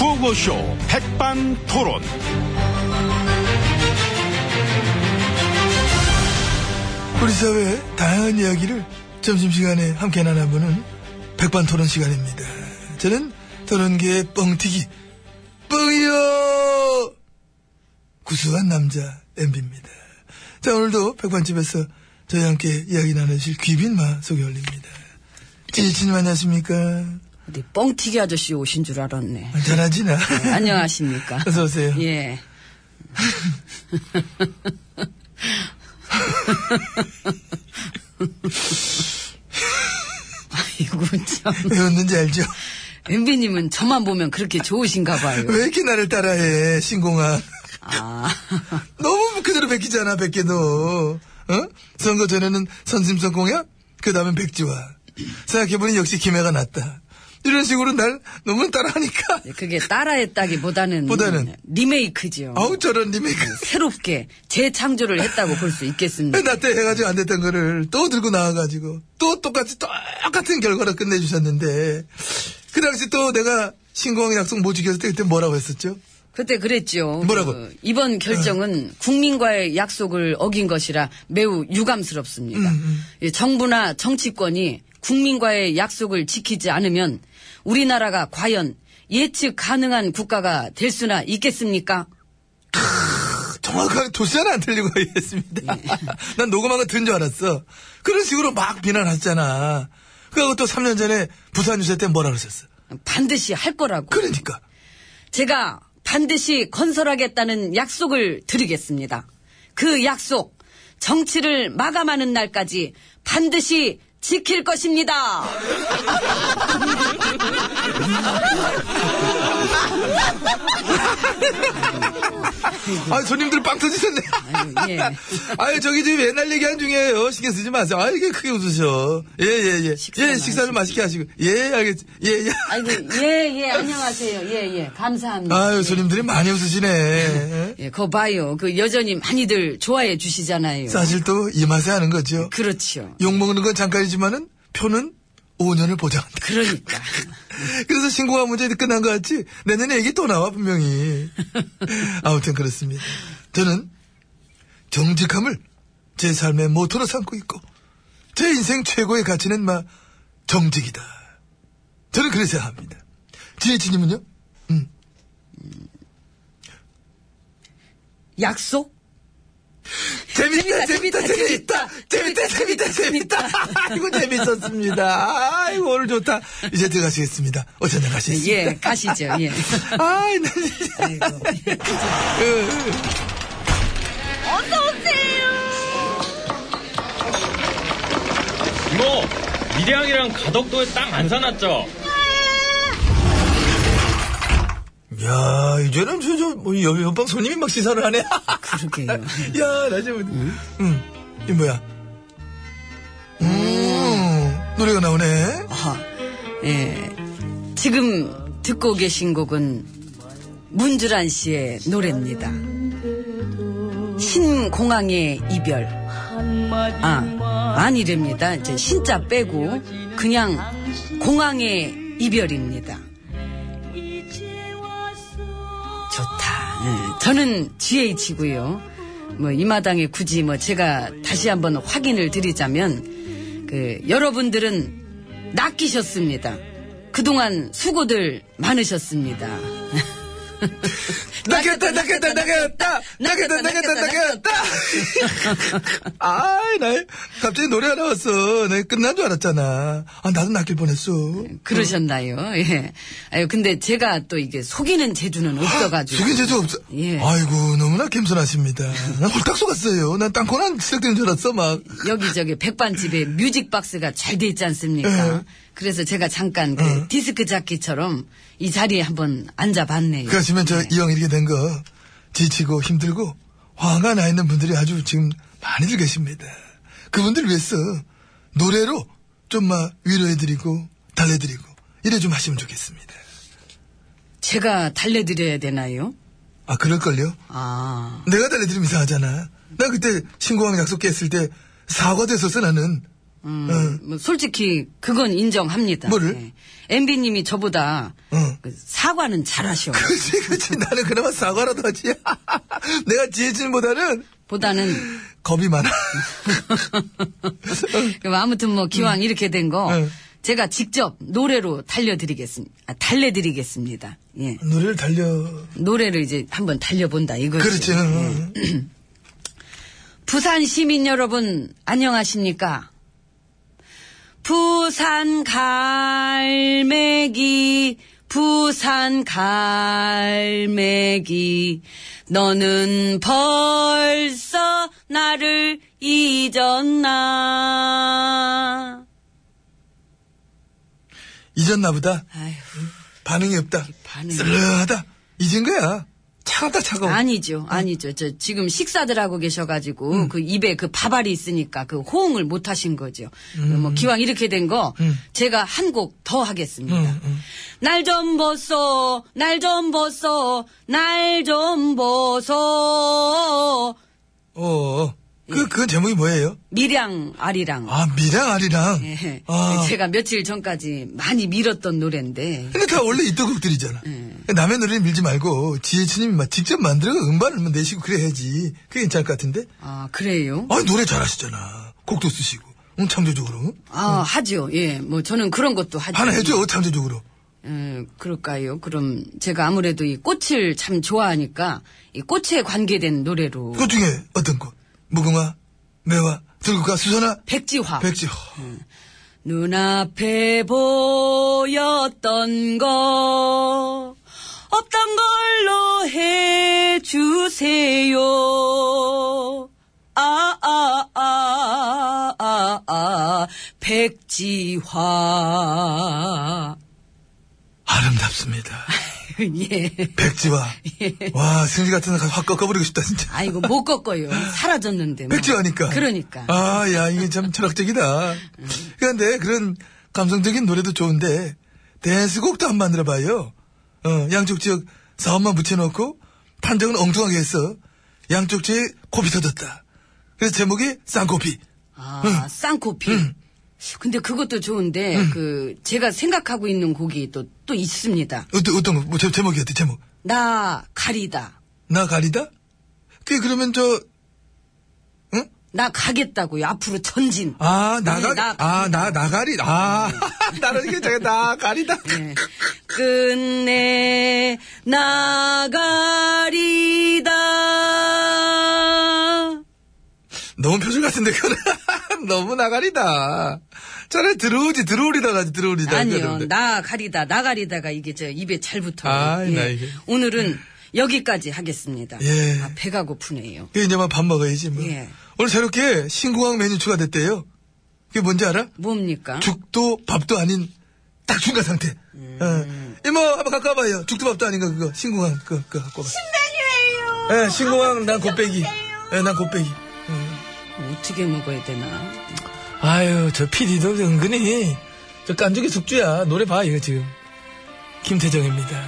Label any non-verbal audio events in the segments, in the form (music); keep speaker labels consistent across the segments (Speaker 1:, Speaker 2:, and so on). Speaker 1: 라디오쇼 백반토론.
Speaker 2: 우리 사회의 다양한 이야기를 점심시간에 함께 나눠보는 백반토론 시간입니다. 저는 토론계의 뻥튀기 뻥이요 구수한 남자 엠비입니다. 자 오늘도 백반집에서 저희와 함께 이야기 나누실 귀빈마 소개 올립니다. 지지님 안녕하십니까?
Speaker 3: 어디 뻥튀기 아저씨 오신 줄 알았네.
Speaker 2: 잘하지나?
Speaker 3: 안녕하십니까.
Speaker 2: (laughs) 어서 오세요.
Speaker 3: 예. 아이고 참.
Speaker 2: 왜 웃는지 알죠?
Speaker 3: 엠비님은 저만 보면 그렇게 좋으신가 봐요.
Speaker 2: 왜 이렇게 나를 따라해 신공아?
Speaker 3: 아,
Speaker 2: 너무 그대로 베끼잖아, 베끼도. 어? 선거 전에는 선심성 공약, 그 다음엔 백지화. 생각해보니 역시 김해가 낫다. 이런 식으로 날 너무 따라하니까.
Speaker 3: 네, 그게 따라했다기보다는
Speaker 2: 보다는.
Speaker 3: 리메이크죠.
Speaker 2: 아우, 저런 리메이크.
Speaker 3: 새롭게 재창조를 했다고 볼 수
Speaker 2: (laughs)
Speaker 3: 있겠습니다.
Speaker 2: 나 때 해가지고 안 됐던 거를 또 들고 나와가지고 또 똑같이 똑같은 결과로 끝내주셨는데 그 당시 또 내가 신공 약속 못 지켰을 때 그때 뭐라고 했었죠?
Speaker 3: 그때 그랬죠.
Speaker 2: 뭐라고? 어.
Speaker 3: 그 이번 결정은 국민과의 약속을 어긴 것이라 매우 유감스럽습니다.
Speaker 2: 음,
Speaker 3: 이 정부나 정치권이 국민과의 약속을 지키지 않으면 우리나라가 과연 예측 가능한 국가가 될 수나 있겠습니까?
Speaker 2: 정확하게 도시는 안 틀리고 했습니다. 난 녹음한 거 든 줄 알았어. 그런 식으로 막 비난하셨잖아. 그리고 또 3년 전에 부산 유세 때 뭐라 그러셨어?
Speaker 3: 반드시 할 거라고.
Speaker 2: 그러니까.
Speaker 3: 제가 반드시 건설하겠다는 약속을 드리겠습니다. 그 약속, 정치를 마감하는 날까지 반드시 지킬 것입니다.
Speaker 2: (laughs) 아, 손님들 빵 터지셨네.
Speaker 3: 아유, 예.
Speaker 2: 아유, 저기 지금 옛날 얘기한 중이에요. 신경 쓰지 마세요. 아, 이게 크게 웃으셔. 예, 예, 예.
Speaker 3: 식사
Speaker 2: 예, 식사를 맛있게 하시고. 예, 알겠지. 예, 예.
Speaker 3: 아이고, 예, 예, 안녕하세요. 예, 예, 감사합니다.
Speaker 2: 아유, 손님들이 많이 웃으시네.
Speaker 3: 예, 그거 봐요. 그 여전히 많이들 좋아해 주시잖아요.
Speaker 2: 사실 또 이 맛에 하는 거죠.
Speaker 3: 그렇죠.
Speaker 2: 욕먹는 건 잠깐이지만은 표는 5년을 보장한다.
Speaker 3: 그러니까.
Speaker 2: 그래서 신고가 문제 끝난 것 같지? 내년에 얘기 또 나와, (laughs) 분명히. 아무튼 그렇습니다. 저는 정직함을 제 삶의 모토로 삼고 있고, 제 인생 최고의 가치는 마, 정직이다. 저는 그렇게 생각합니다. 지혜진님은요?
Speaker 3: 약속?
Speaker 2: 재밌다, 재밌다,
Speaker 3: 재밌다,
Speaker 2: 재밌다, 재밌다, 재밌다, 재밌다. 아이고, 재밌었습니다. 아이고, 오늘 좋다. 이제 들어가시겠습니다. 어쩌나 가시겠습니다.
Speaker 3: 예, 가시죠, 예.
Speaker 2: 아이, 네. 나 진짜.
Speaker 4: 이모, 뭐, 미량이랑 가덕도에 땅 안 사놨죠?
Speaker 2: 야, 이제는 저, 저, 뭐, 여- 옆방 손님이 막 시사를 하네. (laughs)
Speaker 3: 그러게요.
Speaker 2: 야, 나 지금, 응, 이 뭐야. 음, 노래가 나오네.
Speaker 3: 아하, 예. 지금 듣고 계신 곡은 문주란 씨의 노래입니다. 신공항의 이별. 아, 아니랍니다. 이제 신자 빼고 그냥 공항의 이별입니다. 좋다. 예. 저는 GH고요. 뭐 이 마당에 굳이 뭐 제가 다시 한번 확인을 드리자면 그 여러분들은 낚이셨습니다. 그동안 수고들 많으셨습니다. (laughs)
Speaker 2: 나겠다, 나겠다, 나겠다. 나겠다, 나겠다, 나겠다. (laughs) 아이, 나 갑자기 노래가 나왔어. 나 끝난 줄 알았잖아. 아, 나도 낚일 뻔했어.
Speaker 3: 그러셨나요? 예. 아유, 근데 제가 또 이게 속이는 재주는 없어가지고.
Speaker 2: 속인 재주 없어.
Speaker 3: 예.
Speaker 2: 아이고, 너무나 겸손하십니다. 난 홀딱 속았어요. 난 땅콩한 시작되는 줄 알았어, 막.
Speaker 3: 여기저기 백반집에 뮤직박스가 잘 돼 있지 않습니까?
Speaker 2: 네.
Speaker 3: 그래서 제가 잠깐 그 디스크 잡기처럼 이 자리에 한번 앉아봤네요.
Speaker 2: 그러시면 저
Speaker 3: 예.
Speaker 2: 이왕 이렇게 된 거 지치고 힘들고 화가 나 있는 분들이 아주 지금 많이들 계십니다. 그분들 위해서 노래로 좀 막 위로해드리고 달래드리고 이래 좀 하시면 좋겠습니다.
Speaker 3: 제가 달래드려야 되나요?
Speaker 2: 아 그럴걸요?
Speaker 3: 아.
Speaker 2: 내가 달래드리면 이상하잖아. 나 그때 신고왕 약속 깼을 때 사과됐었어 나는. (laughs)
Speaker 3: 음,
Speaker 2: 응.
Speaker 3: 뭐 솔직히 그건 인정합니다.
Speaker 2: 네. 뭐를? 네.
Speaker 3: MB님이 저보다
Speaker 2: 응.
Speaker 3: 그 사과는 잘하셔.
Speaker 2: 그치, 그치. 나는 그나마 사과라도 하지. (laughs) 내가 지혜진보다는
Speaker 3: 보다는
Speaker 2: 겁이 많아. (laughs)
Speaker 3: 그럼 아무튼 뭐
Speaker 2: 음.
Speaker 3: 기왕 이렇게 된 거
Speaker 2: 응.
Speaker 3: 제가 직접 노래로 달려드리겠습니다. 아, 달래드리겠습니다. 예.
Speaker 2: 노래를 달려. 그렇죠.
Speaker 3: 노래를 이제 한번 달려본다 이거지.
Speaker 2: 그렇지. 응.
Speaker 3: 부산 시민 여러분 안녕하십니까? 부산 갈매기 부산 갈매기 너는 벌써 나를 잊었나
Speaker 2: 잊었나 보다.
Speaker 3: 아휴
Speaker 2: 반응이 없다.
Speaker 3: 반응이-
Speaker 2: 쓸르하다. 잊은 거야. 차갑다, 차가워. 음.
Speaker 3: 아니죠, 아니죠. 저 지금 식사들 하고 계셔가지고 그 입에 그 밥알이 있으니까 그 호응을 못 하신 거죠. 뭐
Speaker 2: 음.
Speaker 3: 기왕 이렇게 된 거 제가 한 곡 더 하겠습니다.
Speaker 2: 음,
Speaker 3: 날 좀 보소, 날 좀 보소, 날 좀 보소.
Speaker 2: 어. 그, 그 제목이 뭐예요?
Speaker 3: 미량 아리랑.
Speaker 2: 아, 미랑 아리랑.
Speaker 3: 예.
Speaker 2: 아.
Speaker 3: 제가 며칠 전까지 많이 밀었던 노래인데
Speaker 2: 근데 다 원래 있던 곡들이잖아.
Speaker 3: 예.
Speaker 2: 남의 노래를 밀지 말고 지혜진님이 막 직접 만들어 음반을 막 내시고 그래야지. 그게 괜찮을 것 같은데?
Speaker 3: 아 그래요?
Speaker 2: 아니, 노래 잘하시잖아. 곡도 쓰시고. 응, 창조적으로.
Speaker 3: 아 하죠. 예, 뭐 저는 그런 것도 하죠.
Speaker 2: 어. 하나 해줘요, 창조적으로.
Speaker 3: 음, 그럴까요? 그럼 제가 아무래도 이 꽃을 참 좋아하니까 이 꽃에 관계된 노래로
Speaker 2: 그 중에 어떤 곡? 무궁화, 매화, 들국화, 수선화,
Speaker 3: 백지화
Speaker 2: 백지.
Speaker 3: 눈앞에 보였던 거 없던 걸로 해주세요. 아, 아, 아, 아, 아, 백지화. (laughs)
Speaker 2: 아름답습니다.
Speaker 3: (laughs) 예.
Speaker 2: 백지화. 와, 승리 같은 거확 꺾어버리고 싶다, 진짜.
Speaker 3: 아이고 못 꺾어요. 사라졌는데. 뭐.
Speaker 2: 백지화니까.
Speaker 3: 그러니까. 음.
Speaker 2: 아, 야, 이게 참 철학적이다. 그런데 그런 감성적인 노래도 좋은데, 댄스곡도 안 만들어봐요. 어, 양쪽 지역 사업만 붙여놓고, 판정은 엉뚱하게 했어. 양쪽 지역 코피 터졌다. 그래서 제목이 쌍코피.
Speaker 3: 아, 쌍코피. (clears throat) 근데 그것도 좋은데
Speaker 2: 음.
Speaker 3: 그 제가 생각하고 있는 곡이 또 또 있습니다.
Speaker 2: 어떤, 어떤, 거? 뭐, 제, 목이 어때, 제목?
Speaker 3: 나 가리다.
Speaker 2: 나 가리다? 그게 그러면 저, 응?
Speaker 3: 나 가겠다고요. 앞으로 전진.
Speaker 2: 아, 나가,
Speaker 3: 네, 나-
Speaker 2: 아, 나, 나가리, 아, (laughs) 나는 이게 저게 나가리다.
Speaker 3: 예. 끝내 나가리다.
Speaker 2: 네, 너무 표준 같은데, 그거는. (laughs) 너무 나가리다. 차라리 들어오지, 들어오리다가지, 들어오리다.
Speaker 3: 아니요.
Speaker 2: 그러는데.
Speaker 3: 나가리다. 나가리다가 이게 저 입에 잘 붙어요.
Speaker 2: 네. 아이,
Speaker 3: 예.
Speaker 2: 나 이게.
Speaker 3: 오늘은 여기까지 하겠습니다.
Speaker 2: 예.
Speaker 3: 아, 배가 고프네요.
Speaker 2: 그 이제 막 밥 먹어야지, 뭐.
Speaker 3: 예.
Speaker 2: 오늘 새롭게 신공항 메뉴 추가됐대요. 그게 뭔지 알아?
Speaker 3: 뭡니까?
Speaker 2: 죽도 밥도 아닌 딱 중간 상태.
Speaker 3: 음.
Speaker 2: 어. 이모, 한번 갖고 와봐요. 죽도 밥도 아닌 거, 그거. 신공항, 그거, 그거 갖고 와봐. 신메뉴예요 예, 신공항, 난 곱빼기. 예, 난 곱빼기.
Speaker 3: 어떻게 먹어야 되나?
Speaker 2: 아유, 저 PD도 은근히. 저 깐죽이 숙주야. 노래 봐, 이거 지금. 김태정입니다.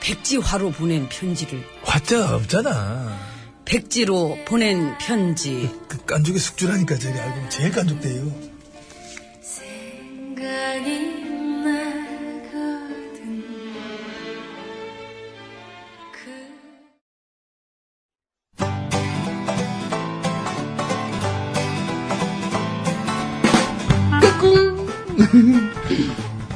Speaker 3: 백지화로 보낸 편지를
Speaker 2: 과자 없잖아.
Speaker 3: 백지로 보낸 편지
Speaker 2: 그 깐족의 숙주라니까 저기 알고 제일 깐족돼요.
Speaker 5: 생각이 나거든 그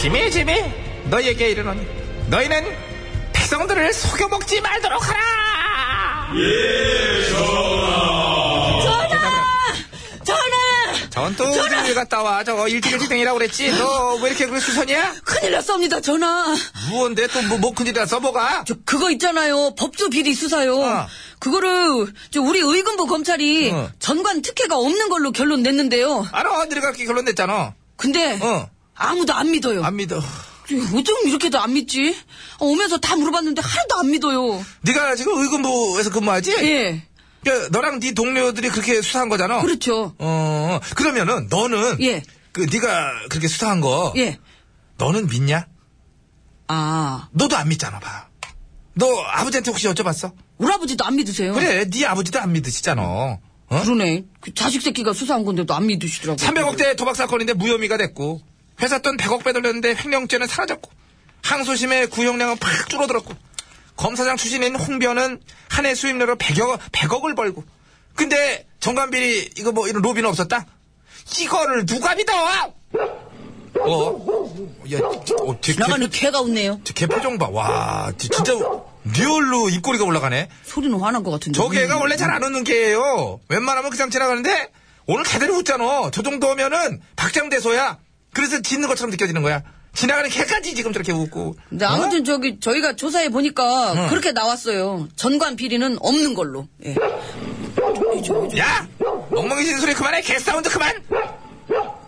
Speaker 5: 지미 지미 너희에게 이르노니 너희는 백성들을 속여먹지 말도록 하라
Speaker 3: 전하!
Speaker 5: 전투 준비 갔다 와 저거 일찍일찍댕이라고 그랬지 너 왜 이렇게 그 수선이야?
Speaker 3: 큰일 났습니다, 전하!
Speaker 5: 무언데 또 뭐 큰일이라서 뭐가
Speaker 3: 저, 그거 있잖아요. 법조 비리 수사요.
Speaker 5: 어.
Speaker 3: 그거를, 저, 우리 의금부 검찰이
Speaker 5: 어.
Speaker 3: 전관 특혜가 없는 걸로 결론 냈는데요.
Speaker 5: 알아 너희가 그렇게 결론 냈잖아
Speaker 3: 근데,
Speaker 5: 어.
Speaker 3: 아무도 안 믿어요.
Speaker 5: 안 믿어
Speaker 3: 어쩜 이렇게도 안 믿지? 어, 오면서 다 물어봤는데 하나도 안 믿어요.
Speaker 5: 네가 지금 의금부에서 근무하지?
Speaker 3: 예.
Speaker 5: 야, 너랑 네 동료들이 그렇게 수사한 거잖아.
Speaker 3: 그렇죠.
Speaker 5: 어, 그러면은 너는
Speaker 3: 예.
Speaker 5: 그 네가 그렇게 수사한 거
Speaker 3: 예.
Speaker 5: 너는 믿냐?
Speaker 3: 아,
Speaker 5: 너도 안 믿잖아, 봐. 너 아버지한테 혹시 여쭤봤어?
Speaker 3: 우리 아버지도 안 믿으세요?
Speaker 5: 그래, 네 아버지도 안 믿으시잖아. 어?
Speaker 3: 그러네. 그 자식 새끼가 수사한 건데도 안 믿으시더라고요.
Speaker 5: 300억대 도박 사건인데 무혐의가 됐고 회사 돈 100억 빼돌렸는데 횡령죄는 사라졌고 항소심의 구형량은 팍 줄어들었고 검사장 출신인 홍변은 한 해 수임료로 100억, 100억을 벌고 근데 정관비리 이거 뭐 이런 로비는 없었다? 이거를 누가 믿어! 어? 야, 어, 제,
Speaker 3: 나가는
Speaker 5: 개,
Speaker 3: 개가 웃네요.
Speaker 5: 제, 개 표정 봐. 와, 지- 진짜 리얼로 입꼬리가 올라가네.
Speaker 3: 소리는 화난 것 같은데.
Speaker 5: 저 개가 원래 잘 안 웃는 개예요. 웬만하면 그냥 지나가는데 오늘 개대로 웃잖아. 저 정도면은 박장대소야. 그래서 짖는 것처럼 느껴지는 거야. 지나가는 개까지 지금 저렇게 웃고.
Speaker 3: 근데 아무튼 저기 저희가 조사해 보니까 그렇게 나왔어요. 전관 비리는 없는 걸로. 예.
Speaker 5: 어? 야, 멍멍이진 소리 그만해. 개 사운드 그만.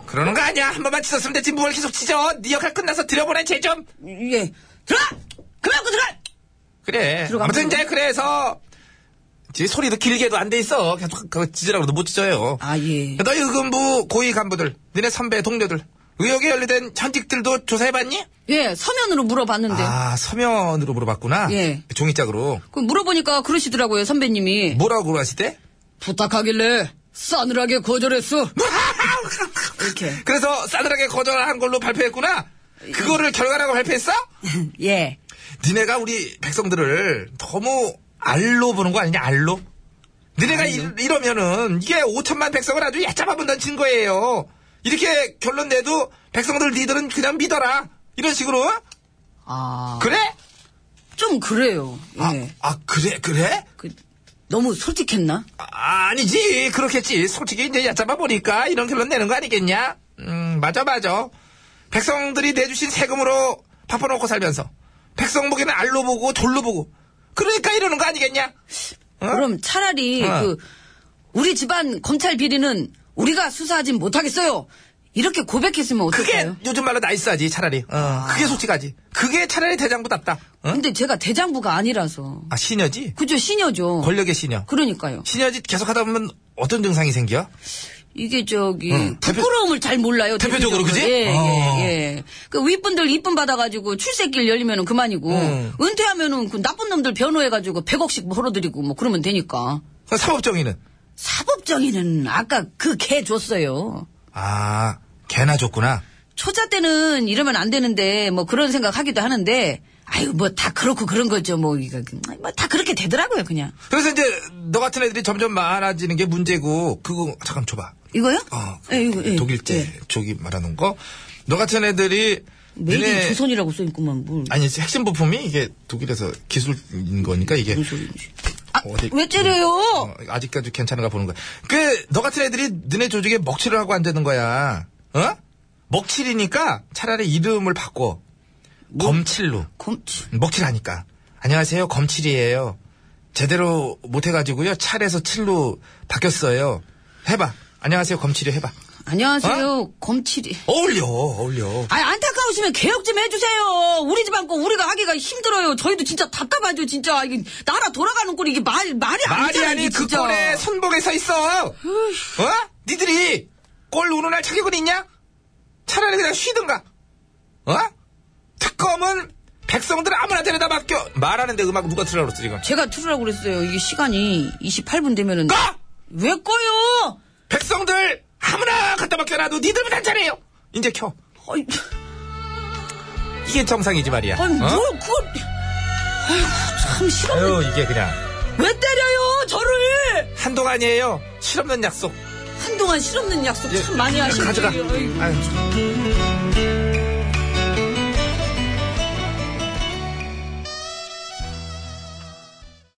Speaker 5: 그러는 거 아니야. 한 번만 짖었으면 됐지. 뭘 계속 짖어. 네 역할 끝나서 들여보내 쟤 좀.
Speaker 3: 예. 들어가! 그만큼 들어가!
Speaker 5: 그래.
Speaker 3: 들어가
Speaker 5: 아무튼
Speaker 3: 보자.
Speaker 5: 이제 그래서 지 소리도 길게도 안 돼 있어. 계속 그 짖으라고도 못 짖어요.
Speaker 3: 아, 예.
Speaker 5: 너희 의금부 고위 간부들, 니네 선배 동료들, 의혹에 연루된 현직들도 조사해봤니?
Speaker 3: 예, 서면으로 물어봤는데.
Speaker 5: 아, 서면으로 물어봤구나.
Speaker 3: 예.
Speaker 5: 종이짝으로.
Speaker 3: 그 물어보니까 그러시더라고요, 선배님이.
Speaker 5: 뭐라고 하시대?
Speaker 3: 부탁하길래 싸늘하게
Speaker 5: (laughs)
Speaker 3: 거절했어. 이렇게.
Speaker 5: 그래서 어, 싸늘하게 거절한 걸로 발표했구나? 그거를 결과라고 발표했어?
Speaker 3: 예.
Speaker 5: 니네가 우리 백성들을 너무 알로 보는 거 아니냐, 알로? 니네가 이, 러면은 이게 5천만 백성을 아주 얕잡아 본다는 증거예요. 이렇게 결론 내도 백성들 니들은 그냥 믿어라. 이런 식으로?
Speaker 3: 아.
Speaker 5: 그래?
Speaker 3: 좀 그래요. 예.
Speaker 5: 아, 아, 그래, 그래?
Speaker 3: 그, 너무 솔직했나?
Speaker 5: 아, 아니지. 그렇겠지. 솔직히 이제 얕잡아 보니까 이런 결론 내는 거 아니겠냐? 음, 맞아, 맞아. 백성들이 내주신 세금으로 밥 퍼놓고 살면서 백성 보기는 알로 보고 졸로 보고 그러니까 이러는 거 아니겠냐? 어?
Speaker 3: 그럼 차라리
Speaker 5: 어.
Speaker 3: 그 우리 집안 검찰 비리는 우리가 수사하진 못하겠어요. 이렇게 고백했으면
Speaker 5: 그게
Speaker 3: 어떨까요?
Speaker 5: 요즘 말로 나이스하지, 차라리. 어, 그게 솔직하지. 그게 차라리 대장부답다. 어?
Speaker 3: 근데 제가 대장부가 아니라서.
Speaker 5: 아, 시녀지?
Speaker 3: 그죠, 시녀죠.
Speaker 5: 권력의 시녀.
Speaker 3: 그러니까요.
Speaker 5: 시녀지 계속 하다 보면 어떤 증상이 생겨?
Speaker 3: 이게 저기
Speaker 5: 응. 대표-
Speaker 3: 부끄러움을 잘 몰라요.
Speaker 5: 대표적으로, 그지?
Speaker 3: 예,
Speaker 5: 어.
Speaker 3: 예, 예. 그 윗분들 이쁨 받아가지고 출세길 열리면은 그만이고
Speaker 5: 응.
Speaker 3: 은퇴하면은 그 나쁜 놈들 변호해가지고 100억씩 벌어들이고 뭐 그러면 되니까.
Speaker 5: 그 사법정의는?
Speaker 3: 사법정의는 아까 그 개 줬어요.
Speaker 5: 아, 개나 줬구나.
Speaker 3: 초자 때는 이러면 안 되는데 뭐 그런 생각 하기도 하는데 아유 뭐 다 그렇고 그런 거죠 뭐 이거 뭐다 그렇게 되더라고요 그냥
Speaker 5: 그래서 이제 너 같은 애들이 점점 많아지는 게 문제고 그거 잠깐 줘봐.
Speaker 3: 이거요?
Speaker 5: 어,
Speaker 3: 예, 이거, 예,
Speaker 5: 독일제
Speaker 3: 예.
Speaker 5: 저기 말하는 거. 너 같은 애들이
Speaker 3: 메이드
Speaker 5: 니네-
Speaker 3: 인 조선이라고 써있구만 뭘
Speaker 5: 아니 핵심 부품이 이게 독일에서 기술인 거니까 이게
Speaker 3: 무슨 소리인지 아,
Speaker 5: 어디-
Speaker 3: 왜 째려요?
Speaker 5: 어, 아직까지 괜찮은가 보는 거야. 그 너 같은 애들이 너네 조직에 먹칠을 하고 앉는 거야. 어? 먹칠이니까 차라리 이름을 바꿔.
Speaker 3: 뭐?
Speaker 5: 검칠로.
Speaker 3: 검,
Speaker 5: 먹칠하니까. 안녕하세요. 검칠이에요. 제대로 못해가지고요. 찰에서 칠로 바뀌었어요. 해봐. 안녕하세요. 검칠이 해봐.
Speaker 3: 안녕하세요
Speaker 5: 어?
Speaker 3: 검칠이
Speaker 5: 어울려. 어울려.
Speaker 3: 아 안타까우시면 개혁 좀 해주세요 우리 집안 거 우리가 하기가 힘들어요 저희도 진짜 답답하죠 진짜 이게 나라 돌아가는 꼴이 이게 말, 말이
Speaker 5: 말이
Speaker 3: 아니잖아요
Speaker 5: 아니
Speaker 3: 이게
Speaker 5: 그
Speaker 3: 진짜.
Speaker 5: 꼴에 손목에 서 있어. 어? 니들이 꼴 우는 날 자격은 있냐? 차라리 그냥 쉬든가. 어? 특검은 백성들 아무나 데려다 맡겨. 말하는데 음악 누가 틀으라고 그랬어 지금.
Speaker 3: 제가 틀으라고 그랬어요 이게 시간이 28분 되면은
Speaker 5: 꺼!
Speaker 3: 왜 꺼요?
Speaker 5: 백성들 아무나 갖다 맡겨놔도 니들은 안 잘해요. 이제 켜.
Speaker 3: 아이,
Speaker 5: 이게 정상이지 말이야.
Speaker 3: 아니, 뭐?
Speaker 5: 어?
Speaker 3: 뭘, 그걸. 아이고, 참, 싫어.
Speaker 5: 아유 이게 그냥
Speaker 3: 왜 때려요, 저를!
Speaker 5: 한동안이에요. 실없는 약속.
Speaker 3: 한동안 실없는 약속 참 많이
Speaker 5: 예,
Speaker 3: 하신
Speaker 5: 가져가.
Speaker 3: 분이에요. 아이고.
Speaker 5: 아유.